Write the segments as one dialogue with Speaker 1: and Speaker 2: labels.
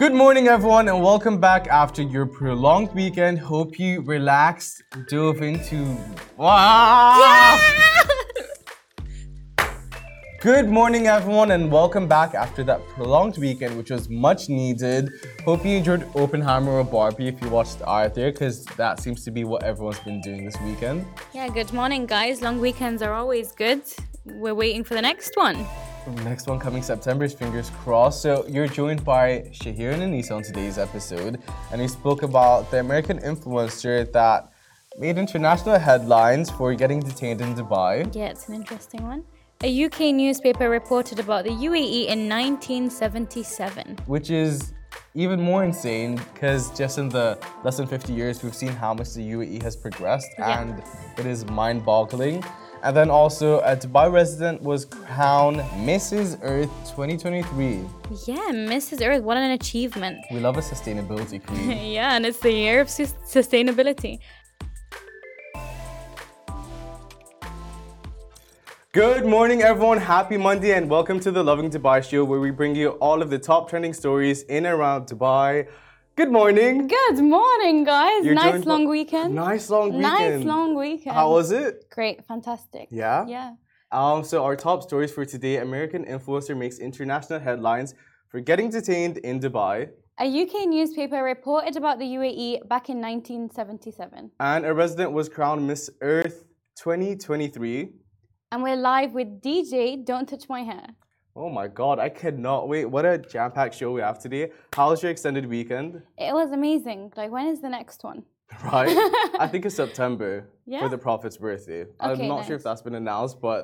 Speaker 1: Good morning, everyone, and welcome back after your prolonged weekend. Hope you relaxed, dove into. Wow! Good morning, everyone, and welcome back after that prolonged weekend, which was much needed. Hope you enjoyed Oppenheimer or Barbie if you watched either, because that seems to be what everyone's been doing this weekend.
Speaker 2: Yeah, good morning, guys. Long weekends are always good. We're waiting for the next one.
Speaker 1: Next one coming September is fingers crossed. So you're joined by Shahir and Anissa on today's episode, and we spoke about the American influencer that made international headlines for getting detained in Dubai.
Speaker 2: Yeah, it's an interesting one. A UK newspaper reported about the UAE in 1977.
Speaker 1: which is even more insane because just in the less than 50 years, we've seen how much the UAE has progressed
Speaker 2: Yeah.
Speaker 1: and it is mind boggling. And then also, a Dubai resident was crowned Mrs. Earth 2023.
Speaker 2: Yeah, Mrs. Earth, what an achievement.
Speaker 1: We love a sustainability queen.
Speaker 2: Yeah, and it's the year of sus- sustainability.
Speaker 1: Good morning, everyone. Happy Monday, and welcome to the Loving Dubai Show, where we bring you all of the top trending stories in and around Dubai. Good morning.
Speaker 2: Good morning, guys.
Speaker 1: You're
Speaker 2: nice
Speaker 1: joined by-
Speaker 2: long weekend.
Speaker 1: Nice long weekend.
Speaker 2: Nice long weekend.
Speaker 1: How was it?
Speaker 2: Great, fantastic.
Speaker 1: Yeah?
Speaker 2: Yeah.
Speaker 1: Um, so our top stories for today: American influencer makes international headlines for getting detained in Dubai,
Speaker 2: A UK newspaper reported about the UAE back in 1977.
Speaker 1: and a resident was crowned Miss Earth 2023.
Speaker 2: And we're live with DJ Don't Touch My Hair.
Speaker 1: Oh my God, I cannot wait! What a jam-packed show we have today. How's your extended weekend?
Speaker 2: It was amazing. Like, when is the next one?
Speaker 1: Right? I think it's September for
Speaker 2: Yeah?
Speaker 1: the Prophet's birthday. I'm
Speaker 2: Okay,
Speaker 1: not sure if
Speaker 2: nice.
Speaker 1: that's been announced, but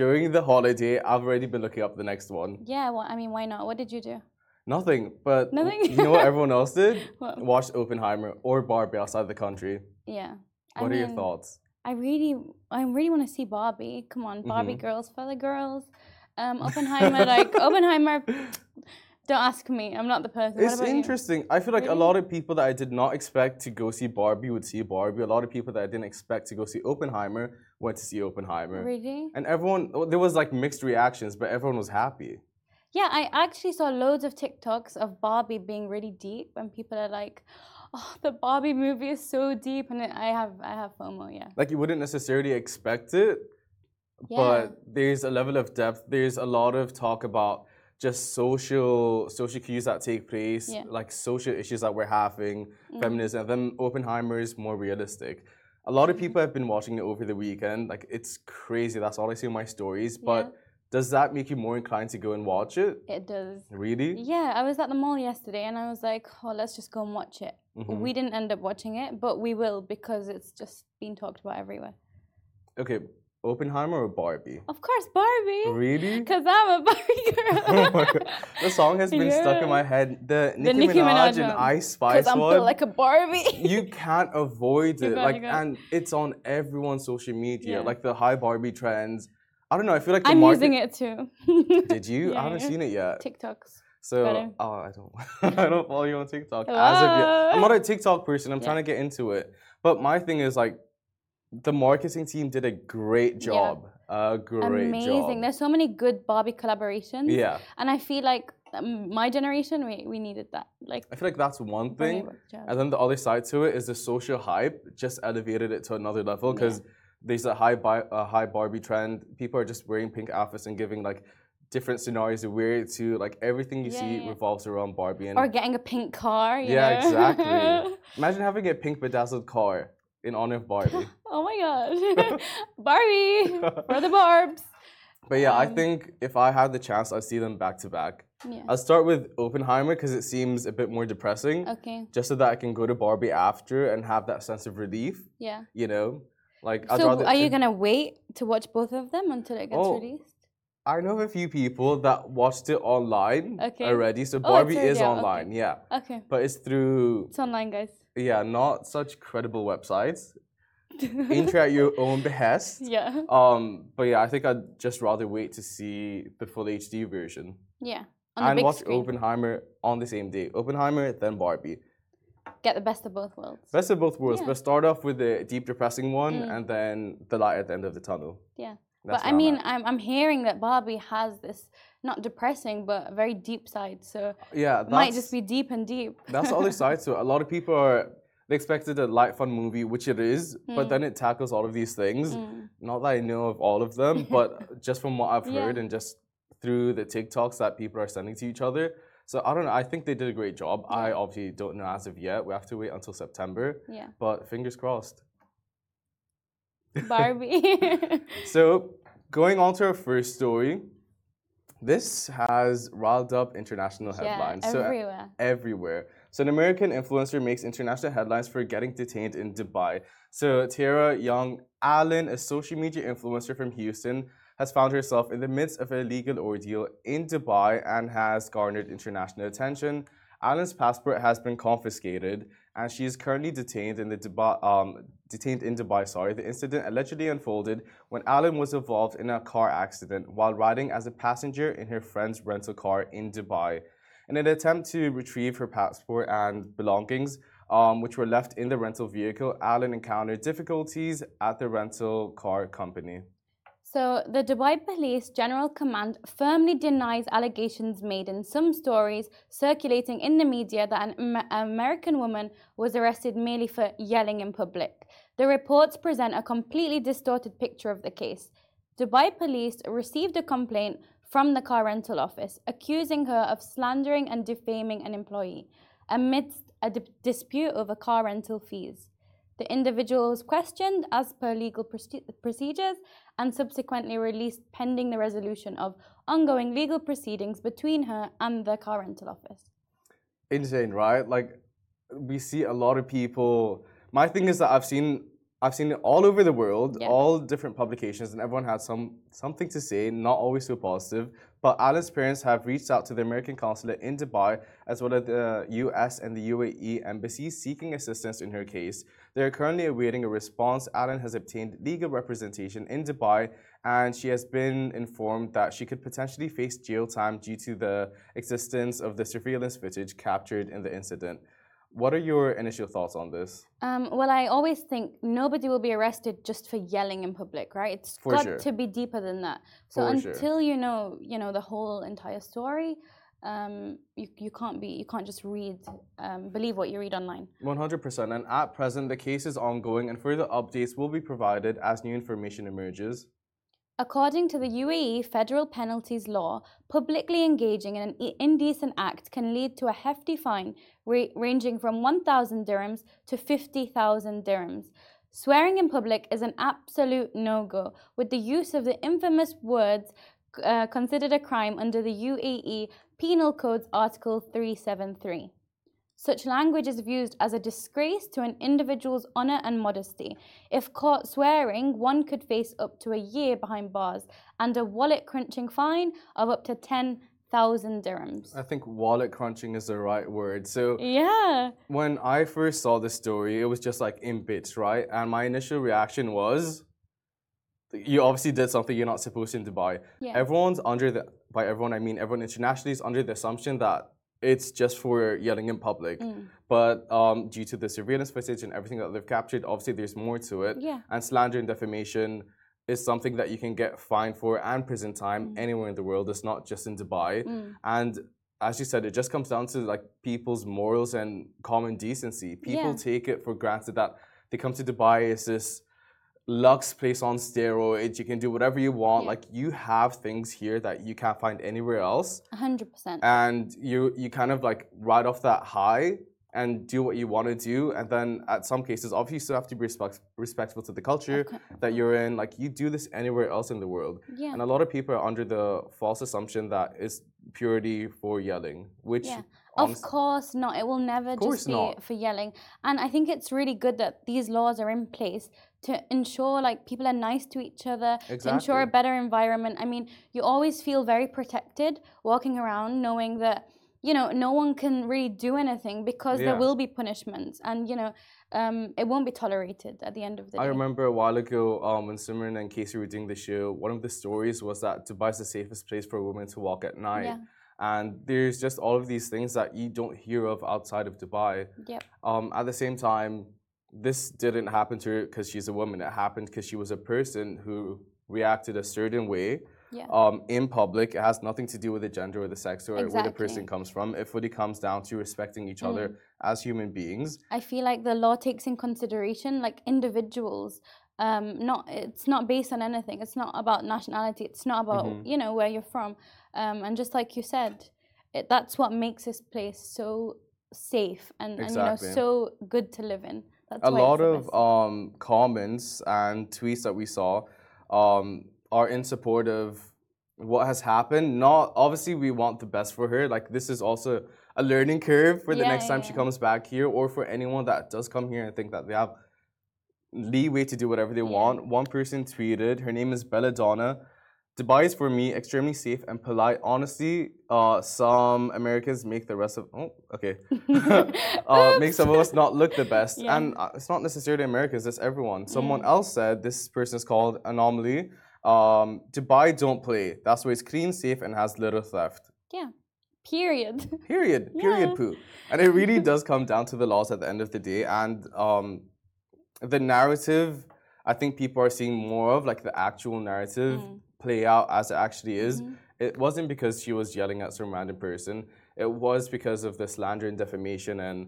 Speaker 1: during the holiday, I've already been looking up the next one.
Speaker 2: Yeah, well, I mean, why not? What did you do?
Speaker 1: Nothing, but
Speaker 2: Nothing?
Speaker 1: you know what everyone else did?
Speaker 2: What?
Speaker 1: Watched Oppenheimer or Barbie outside the country.
Speaker 2: Yeah. I
Speaker 1: What are your
Speaker 2: mean,
Speaker 1: thoughts?
Speaker 2: I really, I really want to see Barbie. Come on, Barbie
Speaker 1: Mm-hmm.
Speaker 2: girls for the girls. Um, Oppenheimer, like, Oppenheimer, don't ask me. I'm not the person. What
Speaker 1: It's
Speaker 2: about you?
Speaker 1: interesting. I feel like a lot of people that I did not expect to go see Barbie would see Barbie. A lot of people that I didn't expect to go see Oppenheimer went to see Oppenheimer.
Speaker 2: Really?
Speaker 1: And everyone, oh, there was like mixed reactions, but everyone was happy.
Speaker 2: Yeah, I actually saw loads of TikToks of Barbie being really deep, and people are like, "Oh, the Barbie movie is so deep," and I have I have FOMO. Yeah,
Speaker 1: Like you wouldn't necessarily expect it,
Speaker 2: yeah,
Speaker 1: but there's a level of depth. There's a lot of talk about just social social cues that take place,
Speaker 2: Yeah. Mm-hmm.
Speaker 1: like social issues that we're having, feminism. Then Oppenheimer is more realistic. A lot of people have been watching it over the weekend. Like it's crazy. That's all I see in my stories. But does that make you more inclined to go and watch it?
Speaker 2: it does.
Speaker 1: Really?
Speaker 2: Yeah, I was at the mall yesterday, and I was like, "Oh, let's just go and watch it."
Speaker 1: Mm-hmm.
Speaker 2: We didn't end up watching it, but we will because it's just been talked about everywhere.
Speaker 1: Okay, Oppenheimer or Barbie?
Speaker 2: Of course, Barbie,
Speaker 1: Really?
Speaker 2: because I'm a Barbie
Speaker 1: Oh my
Speaker 2: girl.
Speaker 1: god. The song has been stuck in
Speaker 2: Yeah.
Speaker 1: my head. The Nicki,
Speaker 2: Nicki
Speaker 1: Minaj,
Speaker 2: Minaj
Speaker 1: and
Speaker 2: one.
Speaker 1: I Spy
Speaker 2: Because I'm
Speaker 1: one.
Speaker 2: built like a Barbie.
Speaker 1: you can't avoid it.
Speaker 2: can't,
Speaker 1: Like,
Speaker 2: you can't.
Speaker 1: and it's on everyone's social media.
Speaker 2: Yeah.
Speaker 1: Like the high Barbie trends. I don't know. I feel like the
Speaker 2: I'm
Speaker 1: market.
Speaker 2: using it too.
Speaker 1: Did you? I
Speaker 2: Yeah,
Speaker 1: haven't
Speaker 2: yeah.
Speaker 1: seen it yet.
Speaker 2: TikToks.
Speaker 1: So,
Speaker 2: better.
Speaker 1: oh, I don't. I don't follow you on TikTok as of yet. I'm
Speaker 2: Wow.
Speaker 1: not a TikTok person. I'm
Speaker 2: Yeah.
Speaker 1: trying to get into it. But my thing is like, the marketing team did a great job. A great
Speaker 2: Amazing.
Speaker 1: job.
Speaker 2: There's so many good Barbie collaborations.
Speaker 1: Yeah.
Speaker 2: And I feel like um, my generation, we, we needed that. Like,
Speaker 1: I feel like that's one thing.
Speaker 2: Barbie worked out.
Speaker 1: And then the other side to it is the social hype just elevated it to another level because there's a high bi- a high Barbie trend. People are just wearing pink outfits and giving like different scenarios to wear it to. Like everything you
Speaker 2: Yeah,
Speaker 1: see
Speaker 2: yeah.
Speaker 1: revolves around Barbie. And
Speaker 2: or getting a pink car. you
Speaker 1: yeah,
Speaker 2: know?
Speaker 1: exactly. Imagine having a pink bedazzled car in honor of Barbie.
Speaker 2: oh my God. Barbie for the Barbs.
Speaker 1: but yeah, I
Speaker 2: Um,
Speaker 1: think if I had the chance, I'd see them back to back.
Speaker 2: Yeah.
Speaker 1: I'll start with Oppenheimer because it seems a bit more depressing.
Speaker 2: Okay.
Speaker 1: Just so that I can go to Barbie after and have that sense of relief,
Speaker 2: Yeah.
Speaker 1: you know? Like, I'd
Speaker 2: so,
Speaker 1: rather
Speaker 2: are
Speaker 1: take-
Speaker 2: you going to wait to watch both of them until it gets
Speaker 1: Oh.
Speaker 2: released?
Speaker 1: I know of a few people that watched it online
Speaker 2: Okay. Oh,
Speaker 1: already. So
Speaker 2: it's
Speaker 1: Barbie
Speaker 2: already
Speaker 1: is
Speaker 2: out,
Speaker 1: online, yeah.
Speaker 2: Okay.
Speaker 1: But it's through
Speaker 2: It's online, guys.
Speaker 1: yeah, not such credible websites. Enter at your own behest.
Speaker 2: yeah.
Speaker 1: Um, but yeah, I think I'd just rather wait to see the full HD version
Speaker 2: Yeah. On the
Speaker 1: and
Speaker 2: big
Speaker 1: watch
Speaker 2: screen.
Speaker 1: Oppenheimer on the same day. Oppenheimer, then Barbie.
Speaker 2: Get the best of both worlds.
Speaker 1: Best of both worlds.
Speaker 2: Yeah. Mm.
Speaker 1: But start off with the deep, depressing one, and then the light at the end of the tunnel.
Speaker 2: Yeah.
Speaker 1: That's
Speaker 2: but I
Speaker 1: where I'm
Speaker 2: mean,
Speaker 1: at.
Speaker 2: I'm, I'm hearing that Barbie has this not depressing, but a very deep side. So
Speaker 1: yeah,
Speaker 2: it might just be deep and deep.
Speaker 1: that's the other side to it. A lot of people are they expected a light fun movie, which it is,
Speaker 2: Hmm.
Speaker 1: but then it tackles all of these things.
Speaker 2: Mm,
Speaker 1: Not that I know of all of them, but just from what I've
Speaker 2: Yeah.
Speaker 1: heard and just through the TikToks that people are sending to each other. So I don't know. I think they did a great job. I obviously don't know as of yet. We have to wait until September.
Speaker 2: Yeah.
Speaker 1: But fingers crossed.
Speaker 2: Barbie.
Speaker 1: So going on to our first story. This has riled up international
Speaker 2: yeah,
Speaker 1: headlines. So uh,
Speaker 2: everywhere.
Speaker 1: everywhere. So an American influencer makes international headlines for getting detained in Dubai. So Tara Young Allen, a social media influencer from Houston, has found herself in the midst of a legal ordeal in Dubai and has garnered international attention. Allen's passport has been confiscated, and she is currently detained in the Dubai. Um, detained in Dubai. Sorry, the incident allegedly unfolded when Allen was involved in a car accident while riding as a passenger in her friend's rental car in Dubai. In an attempt to retrieve her passport and belongings, um, which were left in the rental vehicle, Allen encountered difficulties at the rental car company.
Speaker 2: So, the Dubai Police General Command firmly denies allegations made in some stories circulating in the media that an Am- American woman was arrested merely for yelling in public. The reports present a completely distorted picture of the case. Dubai Police received a complaint from the car rental office accusing her of slandering and defaming an employee amidst a di- dispute over car rental fees. The individual was questioned as per legal proce- procedures and subsequently released pending the resolution of ongoing legal proceedings between her and the car rental office.
Speaker 1: Insane, right? Like we see a lot of people. My thing is that I've seen I've seen it all over the world,
Speaker 2: Yeah.
Speaker 1: all different publications, and everyone had some something to say, not always so positive. But Allen's parents have reached out to the American consulate in Dubai, as well as the U.S. and the UAE embassies, seeking assistance in her case. They are currently awaiting a response. Allen has obtained legal representation in Dubai, and she has been informed that she could potentially face jail time due to the existence of the surveillance footage captured in the incident. What are your initial thoughts on this?
Speaker 2: Um, well, I always think nobody will be arrested just for yelling in public, right? It's
Speaker 1: For
Speaker 2: got
Speaker 1: sure.
Speaker 2: to be deeper than that. So
Speaker 1: For sure.
Speaker 2: until you know, you know the whole entire story, um, you, you can't be you can't just read um, believe what you read online.
Speaker 1: 100%. And at present, the case is ongoing, and further updates will be provided as new information emerges.
Speaker 2: According to the UAE federal penalties law, publicly engaging in an i- indecent act can lead to a hefty fine ra- ranging from 1,000 dirhams to 50,000 dirhams. Swearing in public is an absolute no go, with the use of the infamous words uh, considered a crime under the UAE Penal Code's Article 373. Such language is viewed as a disgrace to an individual's honour and modesty. If caught swearing, one could face up to a year behind bars and a wallet crunching fine of up to 10,000 dirhams.
Speaker 1: I think wallet crunching is the right word. So,
Speaker 2: Yeah.
Speaker 1: when I first saw this story, it was just like in bits, right? And my initial reaction was, you obviously did something you're not supposed to in Dubai.
Speaker 2: Yeah.
Speaker 1: Everyone's under the by everyone I mean everyone internationally is under the assumption that it's just for yelling in public.
Speaker 2: Mm.
Speaker 1: But um, due to the surveillance footage and everything that they've captured, obviously there's more to it.
Speaker 2: Yeah.
Speaker 1: And slander and defamation is something that you can get fined for and prison time
Speaker 2: Mm-hmm.
Speaker 1: anywhere in the world. It's not just in Dubai.
Speaker 2: Mm.
Speaker 1: And as you said, it just comes down to like people's morals and common decency. People
Speaker 2: Yeah.
Speaker 1: take it for granted that they come to Dubai, it's this luxe place on steroids. You can do whatever you want.
Speaker 2: Yeah.
Speaker 1: Like you have things here that you can't find anywhere else,
Speaker 2: 100%.
Speaker 1: and you you kind of like ride off that high and do what you want to do. And then at some cases, obviously, you still have to be respect, respectful to the culture that you're in. Like you do this anywhere else in the world.
Speaker 2: Yeah.
Speaker 1: And a lot of people are under the false assumption that it's purity for yelling, which
Speaker 2: Yeah. Of
Speaker 1: honest-
Speaker 2: course not. It will never
Speaker 1: course
Speaker 2: just be
Speaker 1: not.
Speaker 2: for yelling. And I think it's really good that these laws are in place to ensure like people are nice to each other, to ensure
Speaker 1: Exactly.
Speaker 2: a better environment. I mean, you always feel very protected walking around knowing that you know no one can really do anything because there
Speaker 1: Yeah.
Speaker 2: will be punishments and you know um, it won't be tolerated at the end of the
Speaker 1: I
Speaker 2: day.
Speaker 1: remember a while ago um, when Simran and Casey were doing the show, one of the stories was that Dubai is the safest place for women to walk at night.
Speaker 2: Yeah.
Speaker 1: And there's just all of these things that you don't hear of outside of Dubai.
Speaker 2: Yep.
Speaker 1: Um, at the same time, this didn't happen to her because she's a woman. It happened because she was a person who reacted a certain way
Speaker 2: Yeah.
Speaker 1: um, in public. It has nothing to do with the gender or the sex or where the person
Speaker 2: Exactly. Mm.
Speaker 1: comes from. It fully comes down to respecting each other as human beings.
Speaker 2: I feel like the law takes in consideration like individuals. Um, not it's not based on anything. It's not about nationality. It's not about
Speaker 1: Mm-hmm.
Speaker 2: you know where you're from. Um, and just like you said, it, that's what makes this place so safe and, and you
Speaker 1: Exactly.
Speaker 2: know so good to live in. That's
Speaker 1: a
Speaker 2: why it's
Speaker 1: lot
Speaker 2: the
Speaker 1: of
Speaker 2: best.
Speaker 1: um, comments and tweets that we saw um, are in support of what has happened. Not obviously we want the best for her. Like this is also a learning curve for the
Speaker 2: Yeah,
Speaker 1: next time
Speaker 2: yeah,
Speaker 1: she
Speaker 2: yeah.
Speaker 1: comes back here, or for anyone that does come here and think that they have leeway to do whatever they
Speaker 2: Yeah.
Speaker 1: want. One person tweeted, her name is Belladonna. Dubai is for me extremely safe and polite. Honestly, uh, some Americans make the rest of oh okay uh, make some of us not look the best.
Speaker 2: Yeah.
Speaker 1: And uh, it's not necessarily Americans, it's everyone. Someone else said this person is called Anomaly. Um, Dubai don't play. That's why it's clean, safe, and has little theft.
Speaker 2: yeah. Period.
Speaker 1: Period. Period
Speaker 2: Yeah.
Speaker 1: poo. And it really does come down to the laws at the end of the day. And um, the narrative, I think people are seeing more of, like the actual narrative
Speaker 2: Mm.
Speaker 1: play out as it actually
Speaker 2: Mm-hmm.
Speaker 1: is. It wasn't because she was yelling at some random person, it was because of the slander and defamation and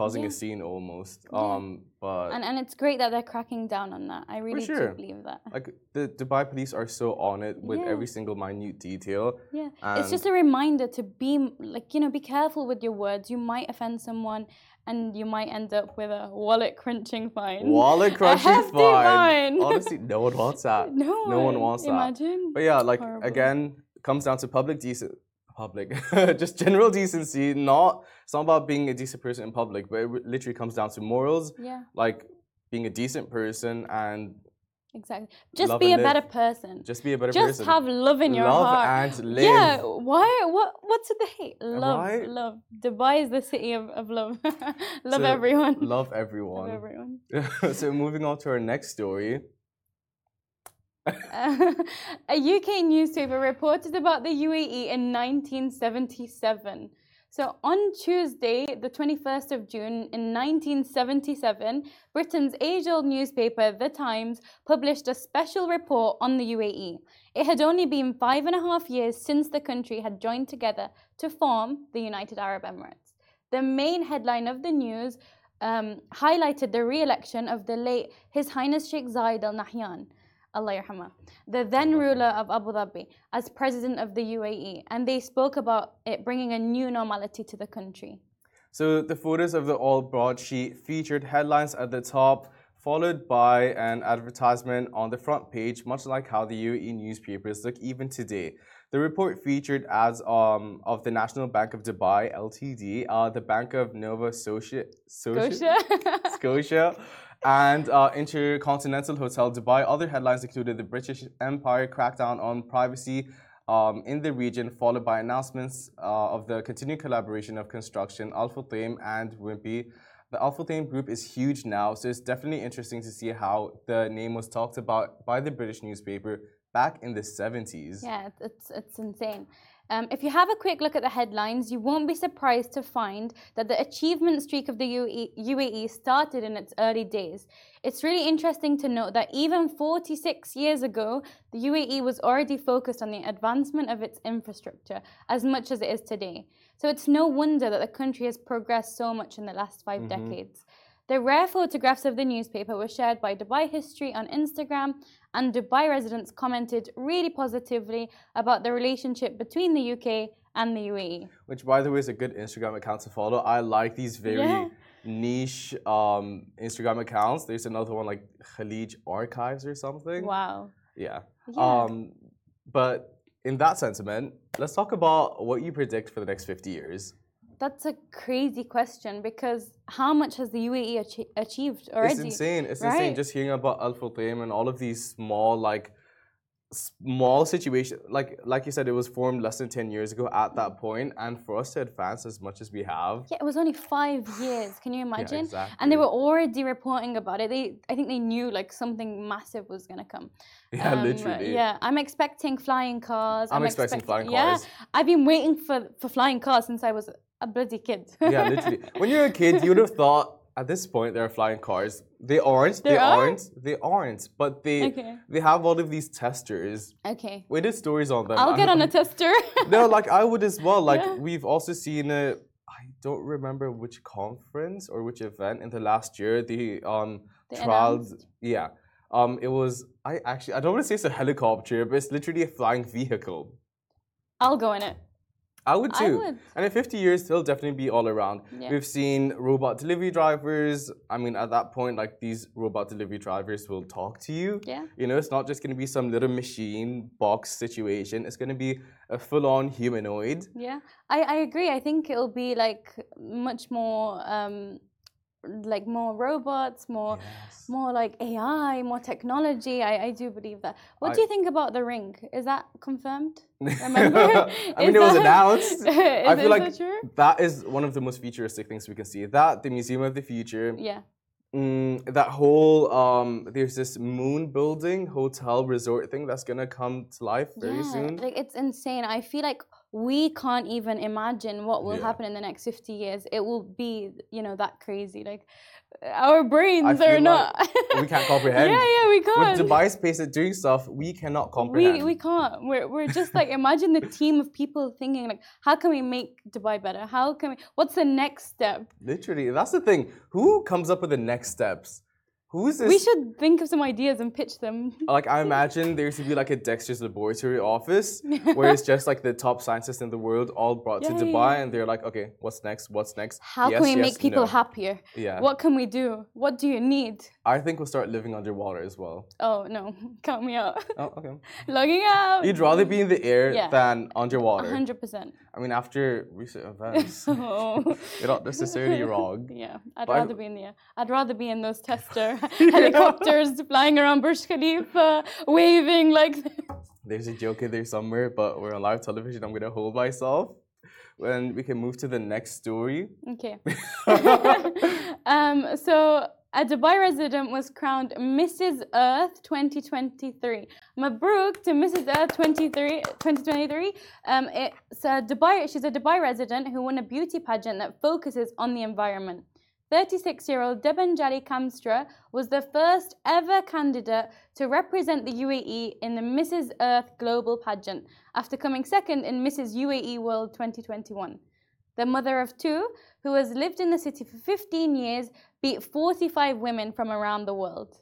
Speaker 1: causing a scene almost. Um, but
Speaker 2: and and it's great that they're cracking down on that. I really
Speaker 1: sure.
Speaker 2: do believe that.
Speaker 1: like the Dubai police are so on it with
Speaker 2: Yeah.
Speaker 1: every single minute detail.
Speaker 2: Yeah,
Speaker 1: And-
Speaker 2: it's just a reminder to be m- like you know, be careful with your words. You might offend someone, and you might end up with a wallet crunching fine.
Speaker 1: Wallet crunching
Speaker 2: hefty
Speaker 1: fine.
Speaker 2: fine.
Speaker 1: Honestly, no one wants that.
Speaker 2: No,
Speaker 1: one wants that.
Speaker 2: Imagine.
Speaker 1: But yeah, like
Speaker 2: Horrible.
Speaker 1: again, comes down to public decent public, just general decency. Not it's not about being a decent person in public, but it re- literally comes down to morals,
Speaker 2: Yeah,
Speaker 1: like being a decent person and
Speaker 2: exactly. Just
Speaker 1: Love
Speaker 2: be a
Speaker 1: and live.
Speaker 2: better person. Just,
Speaker 1: just be a better person.
Speaker 2: have love in your
Speaker 1: Love
Speaker 2: heart.
Speaker 1: and live.
Speaker 2: Yeah. Why? What? What's with the hate? Love,
Speaker 1: Right?
Speaker 2: love. Dubai is the city of, of love. love
Speaker 1: So,
Speaker 2: everyone.
Speaker 1: Love
Speaker 2: Love
Speaker 1: everyone.
Speaker 2: everyone.
Speaker 1: so moving on to our next story.
Speaker 2: Uh, a UK newspaper reported about the UAE in 1977. So on Tuesday, the 21st of June in 1977, Britain's age old newspaper, The Times, published a special report on the UAE. It had only been five and a half years since the country had joined together to form the United Arab Emirates. The main headline of the news um, highlighted the re election of the late His Highness Sheikh Zayed Al Nahyan. Allah yarhamah, the then ruler of Abu Dhabi, as president of the UAE, and they spoke about it bringing a new normality to the country.
Speaker 1: So the photos of the all broadsheet featured headlines at the top, followed by an advertisement on the front page, much like how the UAE newspapers look even today. The report featured ads um, of the National Bank of Dubai (LTD), uh, the Bank of Nova Scotia, Scotia,
Speaker 2: Gosha.
Speaker 1: Scotia and uh, Intercontinental Hotel Dubai. Other headlines included the British Empire crackdown on privacy um, in the region, followed by announcements uh, of the continued collaboration of construction, Al Futtaim, and Wimpy. The Al Futtaim group is huge now, so it's definitely interesting to see how the name was talked about by the British newspaper back in the 70s.
Speaker 2: Yeah, it's- it's it's insane. Um, if you have a quick look at the headlines, you won't be surprised to find that the achievement streak of the E, UAE, UAE started in its early days. It's really interesting to note that even 46 years ago, the UAE was already focused on the advancement of its infrastructure as much as it is today. So it's no wonder that the country has progressed so much in the last 5 decades. The rare photographs of the newspaper were shared by Dubai History on Instagram, and Dubai residents commented really positively about the relationship between the UK and the E. UAE.
Speaker 1: Which, by the way, is a good Instagram account to follow. I like these very
Speaker 2: Yeah.
Speaker 1: niche um, Instagram accounts. There's another one like Khalij Archives or something.
Speaker 2: Wow.
Speaker 1: Yeah.
Speaker 2: Yeah.
Speaker 1: Um, but in that sentiment, let's talk about what you predict for the next 50 years.
Speaker 2: That's a crazy question because how much has the UAE achi- achieved already?
Speaker 1: It's insane. It's insane
Speaker 2: right?
Speaker 1: just hearing about Al Futtaim and all of these small, like, small situations. Like, like you said, it was formed less than 10 years ago at that point, and for us to advance as much as we have.
Speaker 2: Yeah, it was only five years. Can you imagine? And
Speaker 1: exactly.
Speaker 2: they were already reporting about it. They, I think, they knew like something massive was gonna come.
Speaker 1: Yeah,
Speaker 2: Um,
Speaker 1: literally.
Speaker 2: Yeah, I'm expecting flying cars.
Speaker 1: I'm expecting flying cars.
Speaker 2: Yeah, I've been waiting for for flying cars since I was a bloody kid.
Speaker 1: yeah, literally. When you're a kid, you would have thought at this point there are flying cars. They aren't.
Speaker 2: There
Speaker 1: they
Speaker 2: are?
Speaker 1: aren't. They aren't. But they
Speaker 2: Okay.
Speaker 1: they have all of these testers.
Speaker 2: Okay.
Speaker 1: We did stories on them.
Speaker 2: I'll
Speaker 1: I
Speaker 2: get
Speaker 1: hope-
Speaker 2: on a tester.
Speaker 1: no, like I would as well. Like
Speaker 2: Yeah.
Speaker 1: we've also seen a. I don't remember which conference or which event in the last year the um
Speaker 2: They
Speaker 1: trials. Yeah, um, it was. I actually I don't want to say it's a helicopter, but it's literally a flying vehicle.
Speaker 2: I'll go in it.
Speaker 1: I would
Speaker 2: I
Speaker 1: too.
Speaker 2: would.
Speaker 1: And in 50 years, he'll definitely be all around.
Speaker 2: Yeah.
Speaker 1: We've seen robot delivery drivers. I mean, at that point, like these robot delivery drivers will talk to you.
Speaker 2: Yeah.
Speaker 1: You know, it's not just going to be some little machine box situation, it's going to be a full on humanoid.
Speaker 2: Yeah, I, I agree. I think it'll be like much more um, like more robots, more
Speaker 1: Yes.
Speaker 2: more like AI, more technology. I, I do believe that. What do
Speaker 1: I-
Speaker 2: you think about the ring? Is that confirmed? Remember?
Speaker 1: I mean,
Speaker 2: Is
Speaker 1: it was
Speaker 2: that-
Speaker 1: announced.
Speaker 2: is
Speaker 1: I feel
Speaker 2: is
Speaker 1: like
Speaker 2: it true?
Speaker 1: that is one of the most futuristic things we can see. That, the Museum of the Future,
Speaker 2: Yeah.
Speaker 1: mm, that whole, um, there's this moon building, hotel, resort thing that's going to come to life very
Speaker 2: yeah,
Speaker 1: soon.
Speaker 2: like it's insane. I feel like we can't even imagine what will
Speaker 1: Yeah.
Speaker 2: happen in the next 50 years. It will be, you know, that crazy. Like our brains
Speaker 1: feel
Speaker 2: are
Speaker 1: like
Speaker 2: not.
Speaker 1: we can't comprehend.
Speaker 2: Yeah, yeah, we
Speaker 1: With
Speaker 2: can't.
Speaker 1: Dubai Space is doing stuff we cannot comprehend.
Speaker 2: we, we can't. We're, we're just like, imagine the team of people thinking, like, how can we make Dubai better? How can we, what's the next step?
Speaker 1: Literally, that's the thing. Who comes up with the next steps? Who's this?
Speaker 2: We should think of some ideas and pitch them.
Speaker 1: like I imagine there should be like a Dexter's laboratory office where it's just like the top scientists in the world all brought
Speaker 2: Yeah,
Speaker 1: to
Speaker 2: yeah,
Speaker 1: Dubai and they're like, okay, what's next? What's next?
Speaker 2: How
Speaker 1: Yes,
Speaker 2: can we
Speaker 1: yes,
Speaker 2: make people
Speaker 1: no.
Speaker 2: happier?
Speaker 1: Yeah.
Speaker 2: What can we do? What do you need?
Speaker 1: I think we'll start living underwater as well.
Speaker 2: Oh, no, count me out.
Speaker 1: Oh, okay.
Speaker 2: Logging out.
Speaker 1: You'd rather be in the air
Speaker 2: Oh, Yeah.
Speaker 1: than underwater.
Speaker 2: 100%.
Speaker 1: I mean, after recent events,
Speaker 2: Oh.
Speaker 1: you're not necessarily wrong.
Speaker 2: Yeah, I'd
Speaker 1: But I-
Speaker 2: rather be in the air. I'd rather be in those tester helicopters flying around Burj Khalifa, waving like
Speaker 1: There's a joke in there somewhere, but we're on live television. I'm gonna hold myself. And we can move to the next story.
Speaker 2: Okay. um, so a Dubai resident was crowned Mrs. Earth 2023. Mabruk to Mrs. Earth 23, 2023. Um, it's a Dubai, she's a Dubai resident who won a beauty pageant that focuses on the environment. 36 year old Debanjali Kamstra was the first ever candidate to represent the UAE in the Mrs. Earth Global Pageant after coming second in Mrs. UAE E World 2021. The mother of two, who has lived in the city for 15 years, beat 45 women from around the world.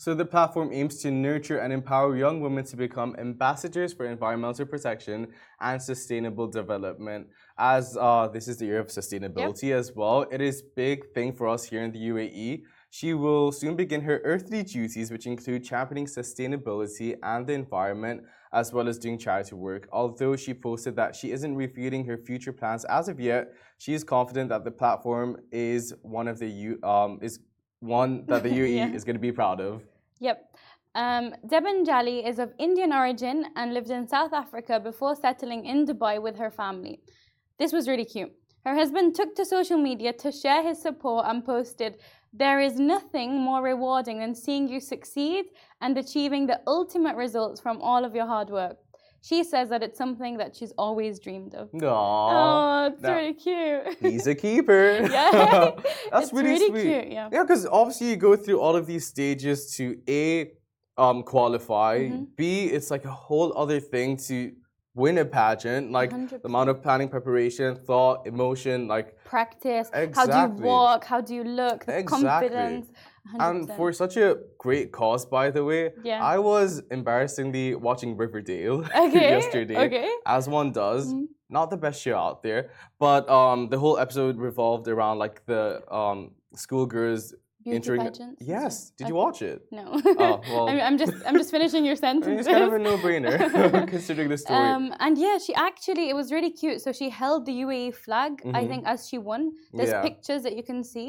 Speaker 1: So, the platform aims to nurture and empower young women to become ambassadors for environmental protection and sustainable development. As uh, this is the year of sustainability as well, it is big thing for us here in the UAE. She will soon begin her earthly duties, which include championing sustainability and the environment, as well as doing charity work. Although she posted that she isn't revealing her future plans as of yet, she is confident that the platform is one of the U, um, is one that the UAE
Speaker 2: Yeah.
Speaker 1: is going to be proud of.
Speaker 2: Yep. Um, Deban Jali is of Indian origin and lived in South Africa before settling in Dubai with her family. This was really cute. Her husband took to social media to share his support and posted, There is nothing more rewarding than seeing you succeed and achieving the ultimate results from all of your hard work. She says that it's something that she's always dreamed of.
Speaker 1: Aww.
Speaker 2: Oh, it's
Speaker 1: that-
Speaker 2: really cute.
Speaker 1: He's a keeper.
Speaker 2: Yeah.
Speaker 1: That's
Speaker 2: It's
Speaker 1: really,
Speaker 2: really
Speaker 1: sweet.
Speaker 2: cute, yeah.
Speaker 1: because obviously you go through all of these stages to A, um, qualify.
Speaker 2: Mm-hmm.
Speaker 1: B, it's like a whole other thing to win a pageant. Like the
Speaker 2: 100%.
Speaker 1: amount of planning, preparation, thought, emotion, like
Speaker 2: practice. How do you
Speaker 1: Exactly.
Speaker 2: walk? How do you look? The
Speaker 1: Exactly.
Speaker 2: confidence. 100%.
Speaker 1: and for such a great cause, by the way,
Speaker 2: Yeah.
Speaker 1: I was embarrassingly watching Riverdale
Speaker 2: Okay,
Speaker 1: yesterday,
Speaker 2: okay.
Speaker 1: as one does.
Speaker 2: Mm-hmm.
Speaker 1: Not the best show out there, but um, the whole episode revolved around like the um, schoolgirls
Speaker 2: Beauty
Speaker 1: entering.
Speaker 2: pageants and
Speaker 1: Yes, did you
Speaker 2: Okay.
Speaker 1: watch it?
Speaker 2: no,
Speaker 1: well.
Speaker 2: I'm, I'm just I'm just finishing your
Speaker 1: I mean,
Speaker 2: sentence.
Speaker 1: it's kind of a no-brainer considering the story.
Speaker 2: Um, and yeah, she actually it was really cute. So she held the UAE flag, I think, as she won.
Speaker 1: Mm-hmm. Yeah.
Speaker 2: There's
Speaker 1: Mm-hmm.
Speaker 2: pictures that you can see.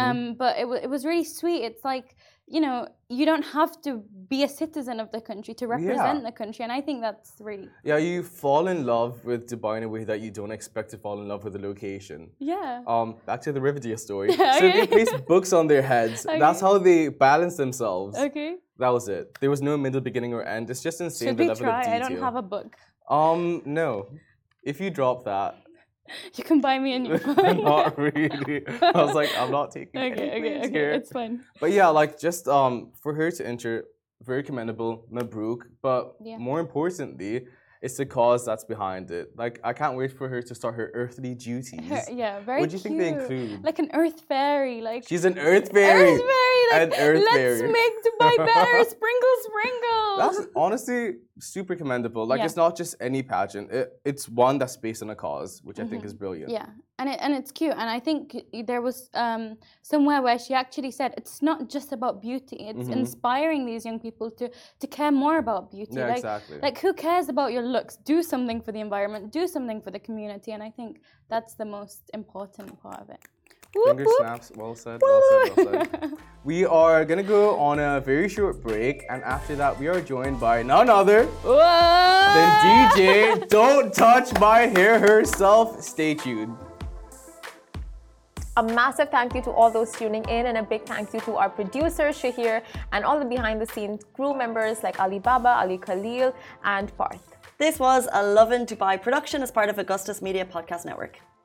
Speaker 2: Um, but it, wa it was really sweet. It's like you know you don't have to be a citizen of the country to represent the country, and I think that's really
Speaker 1: yeah, you fall in love with Dubai in a way that you don't expect to fall in love with the location.
Speaker 2: yeah.
Speaker 1: Um, back to the Riverdale story.
Speaker 2: Yeah,
Speaker 1: So they
Speaker 2: okay.
Speaker 1: place books on their heads. That's
Speaker 2: Okay.
Speaker 1: how they balance themselves.
Speaker 2: Okay,
Speaker 1: That was it. There was no middle, beginning, or end. It's just insane
Speaker 2: should
Speaker 1: the
Speaker 2: we
Speaker 1: level
Speaker 2: try?
Speaker 1: of detail.
Speaker 2: I don't have a book.
Speaker 1: Um, no. If you drop that,
Speaker 2: You can buy me a new one.
Speaker 1: not really. I was like, I'm not taking
Speaker 2: okay,
Speaker 1: anything
Speaker 2: okay, okay.
Speaker 1: here.
Speaker 2: It's fine.
Speaker 1: But yeah, like just um for her to enter, very commendable, Mabruk. But
Speaker 2: Yeah.
Speaker 1: more importantly, it's the cause that's behind it. Like I can't wait for her to start her earthly duties.
Speaker 2: Her, yeah, very
Speaker 1: what do you think they
Speaker 2: cute.
Speaker 1: include?
Speaker 2: Like an earth fairy, like
Speaker 1: She's an earth fairy.
Speaker 2: Earth fairy, like
Speaker 1: An earth
Speaker 2: let's
Speaker 1: fairy.
Speaker 2: make Dubai better. sprinkle, sprinkle.
Speaker 1: That's honestly super commendable. Like
Speaker 2: Yeah.
Speaker 1: it's not just any pageant. It, it's one that's based on a cause, which I think
Speaker 2: Mm-hmm.
Speaker 1: is brilliant.
Speaker 2: Yeah, and it, and it's cute, and I think y- there was um, somewhere where she actually said it's not just about beauty; it's
Speaker 1: Mhm.
Speaker 2: inspiring these young people to to care more about beauty.
Speaker 1: Yeah,
Speaker 2: like,
Speaker 1: exactly.
Speaker 2: like who cares about your looks? Do something for the environment. Do something for the community, and I think that's the most important part of it. Whoop,
Speaker 1: Finger
Speaker 2: whoop.
Speaker 1: snaps. Well said. Well said. Well said. We are gonna go on a very short break, and after that, we are joined by none other
Speaker 2: Whoa!
Speaker 1: than DJ Don't Touch My Hair herself. Stay tuned.
Speaker 3: A massive thank you to all those tuning in, and a big thank you to our producer Shahir and all the behind the scenes crew members like Ali Baba, Ali Khalil, and Parth.
Speaker 4: This was a Love in Dubai production as part of Augustus Media Podcast Network.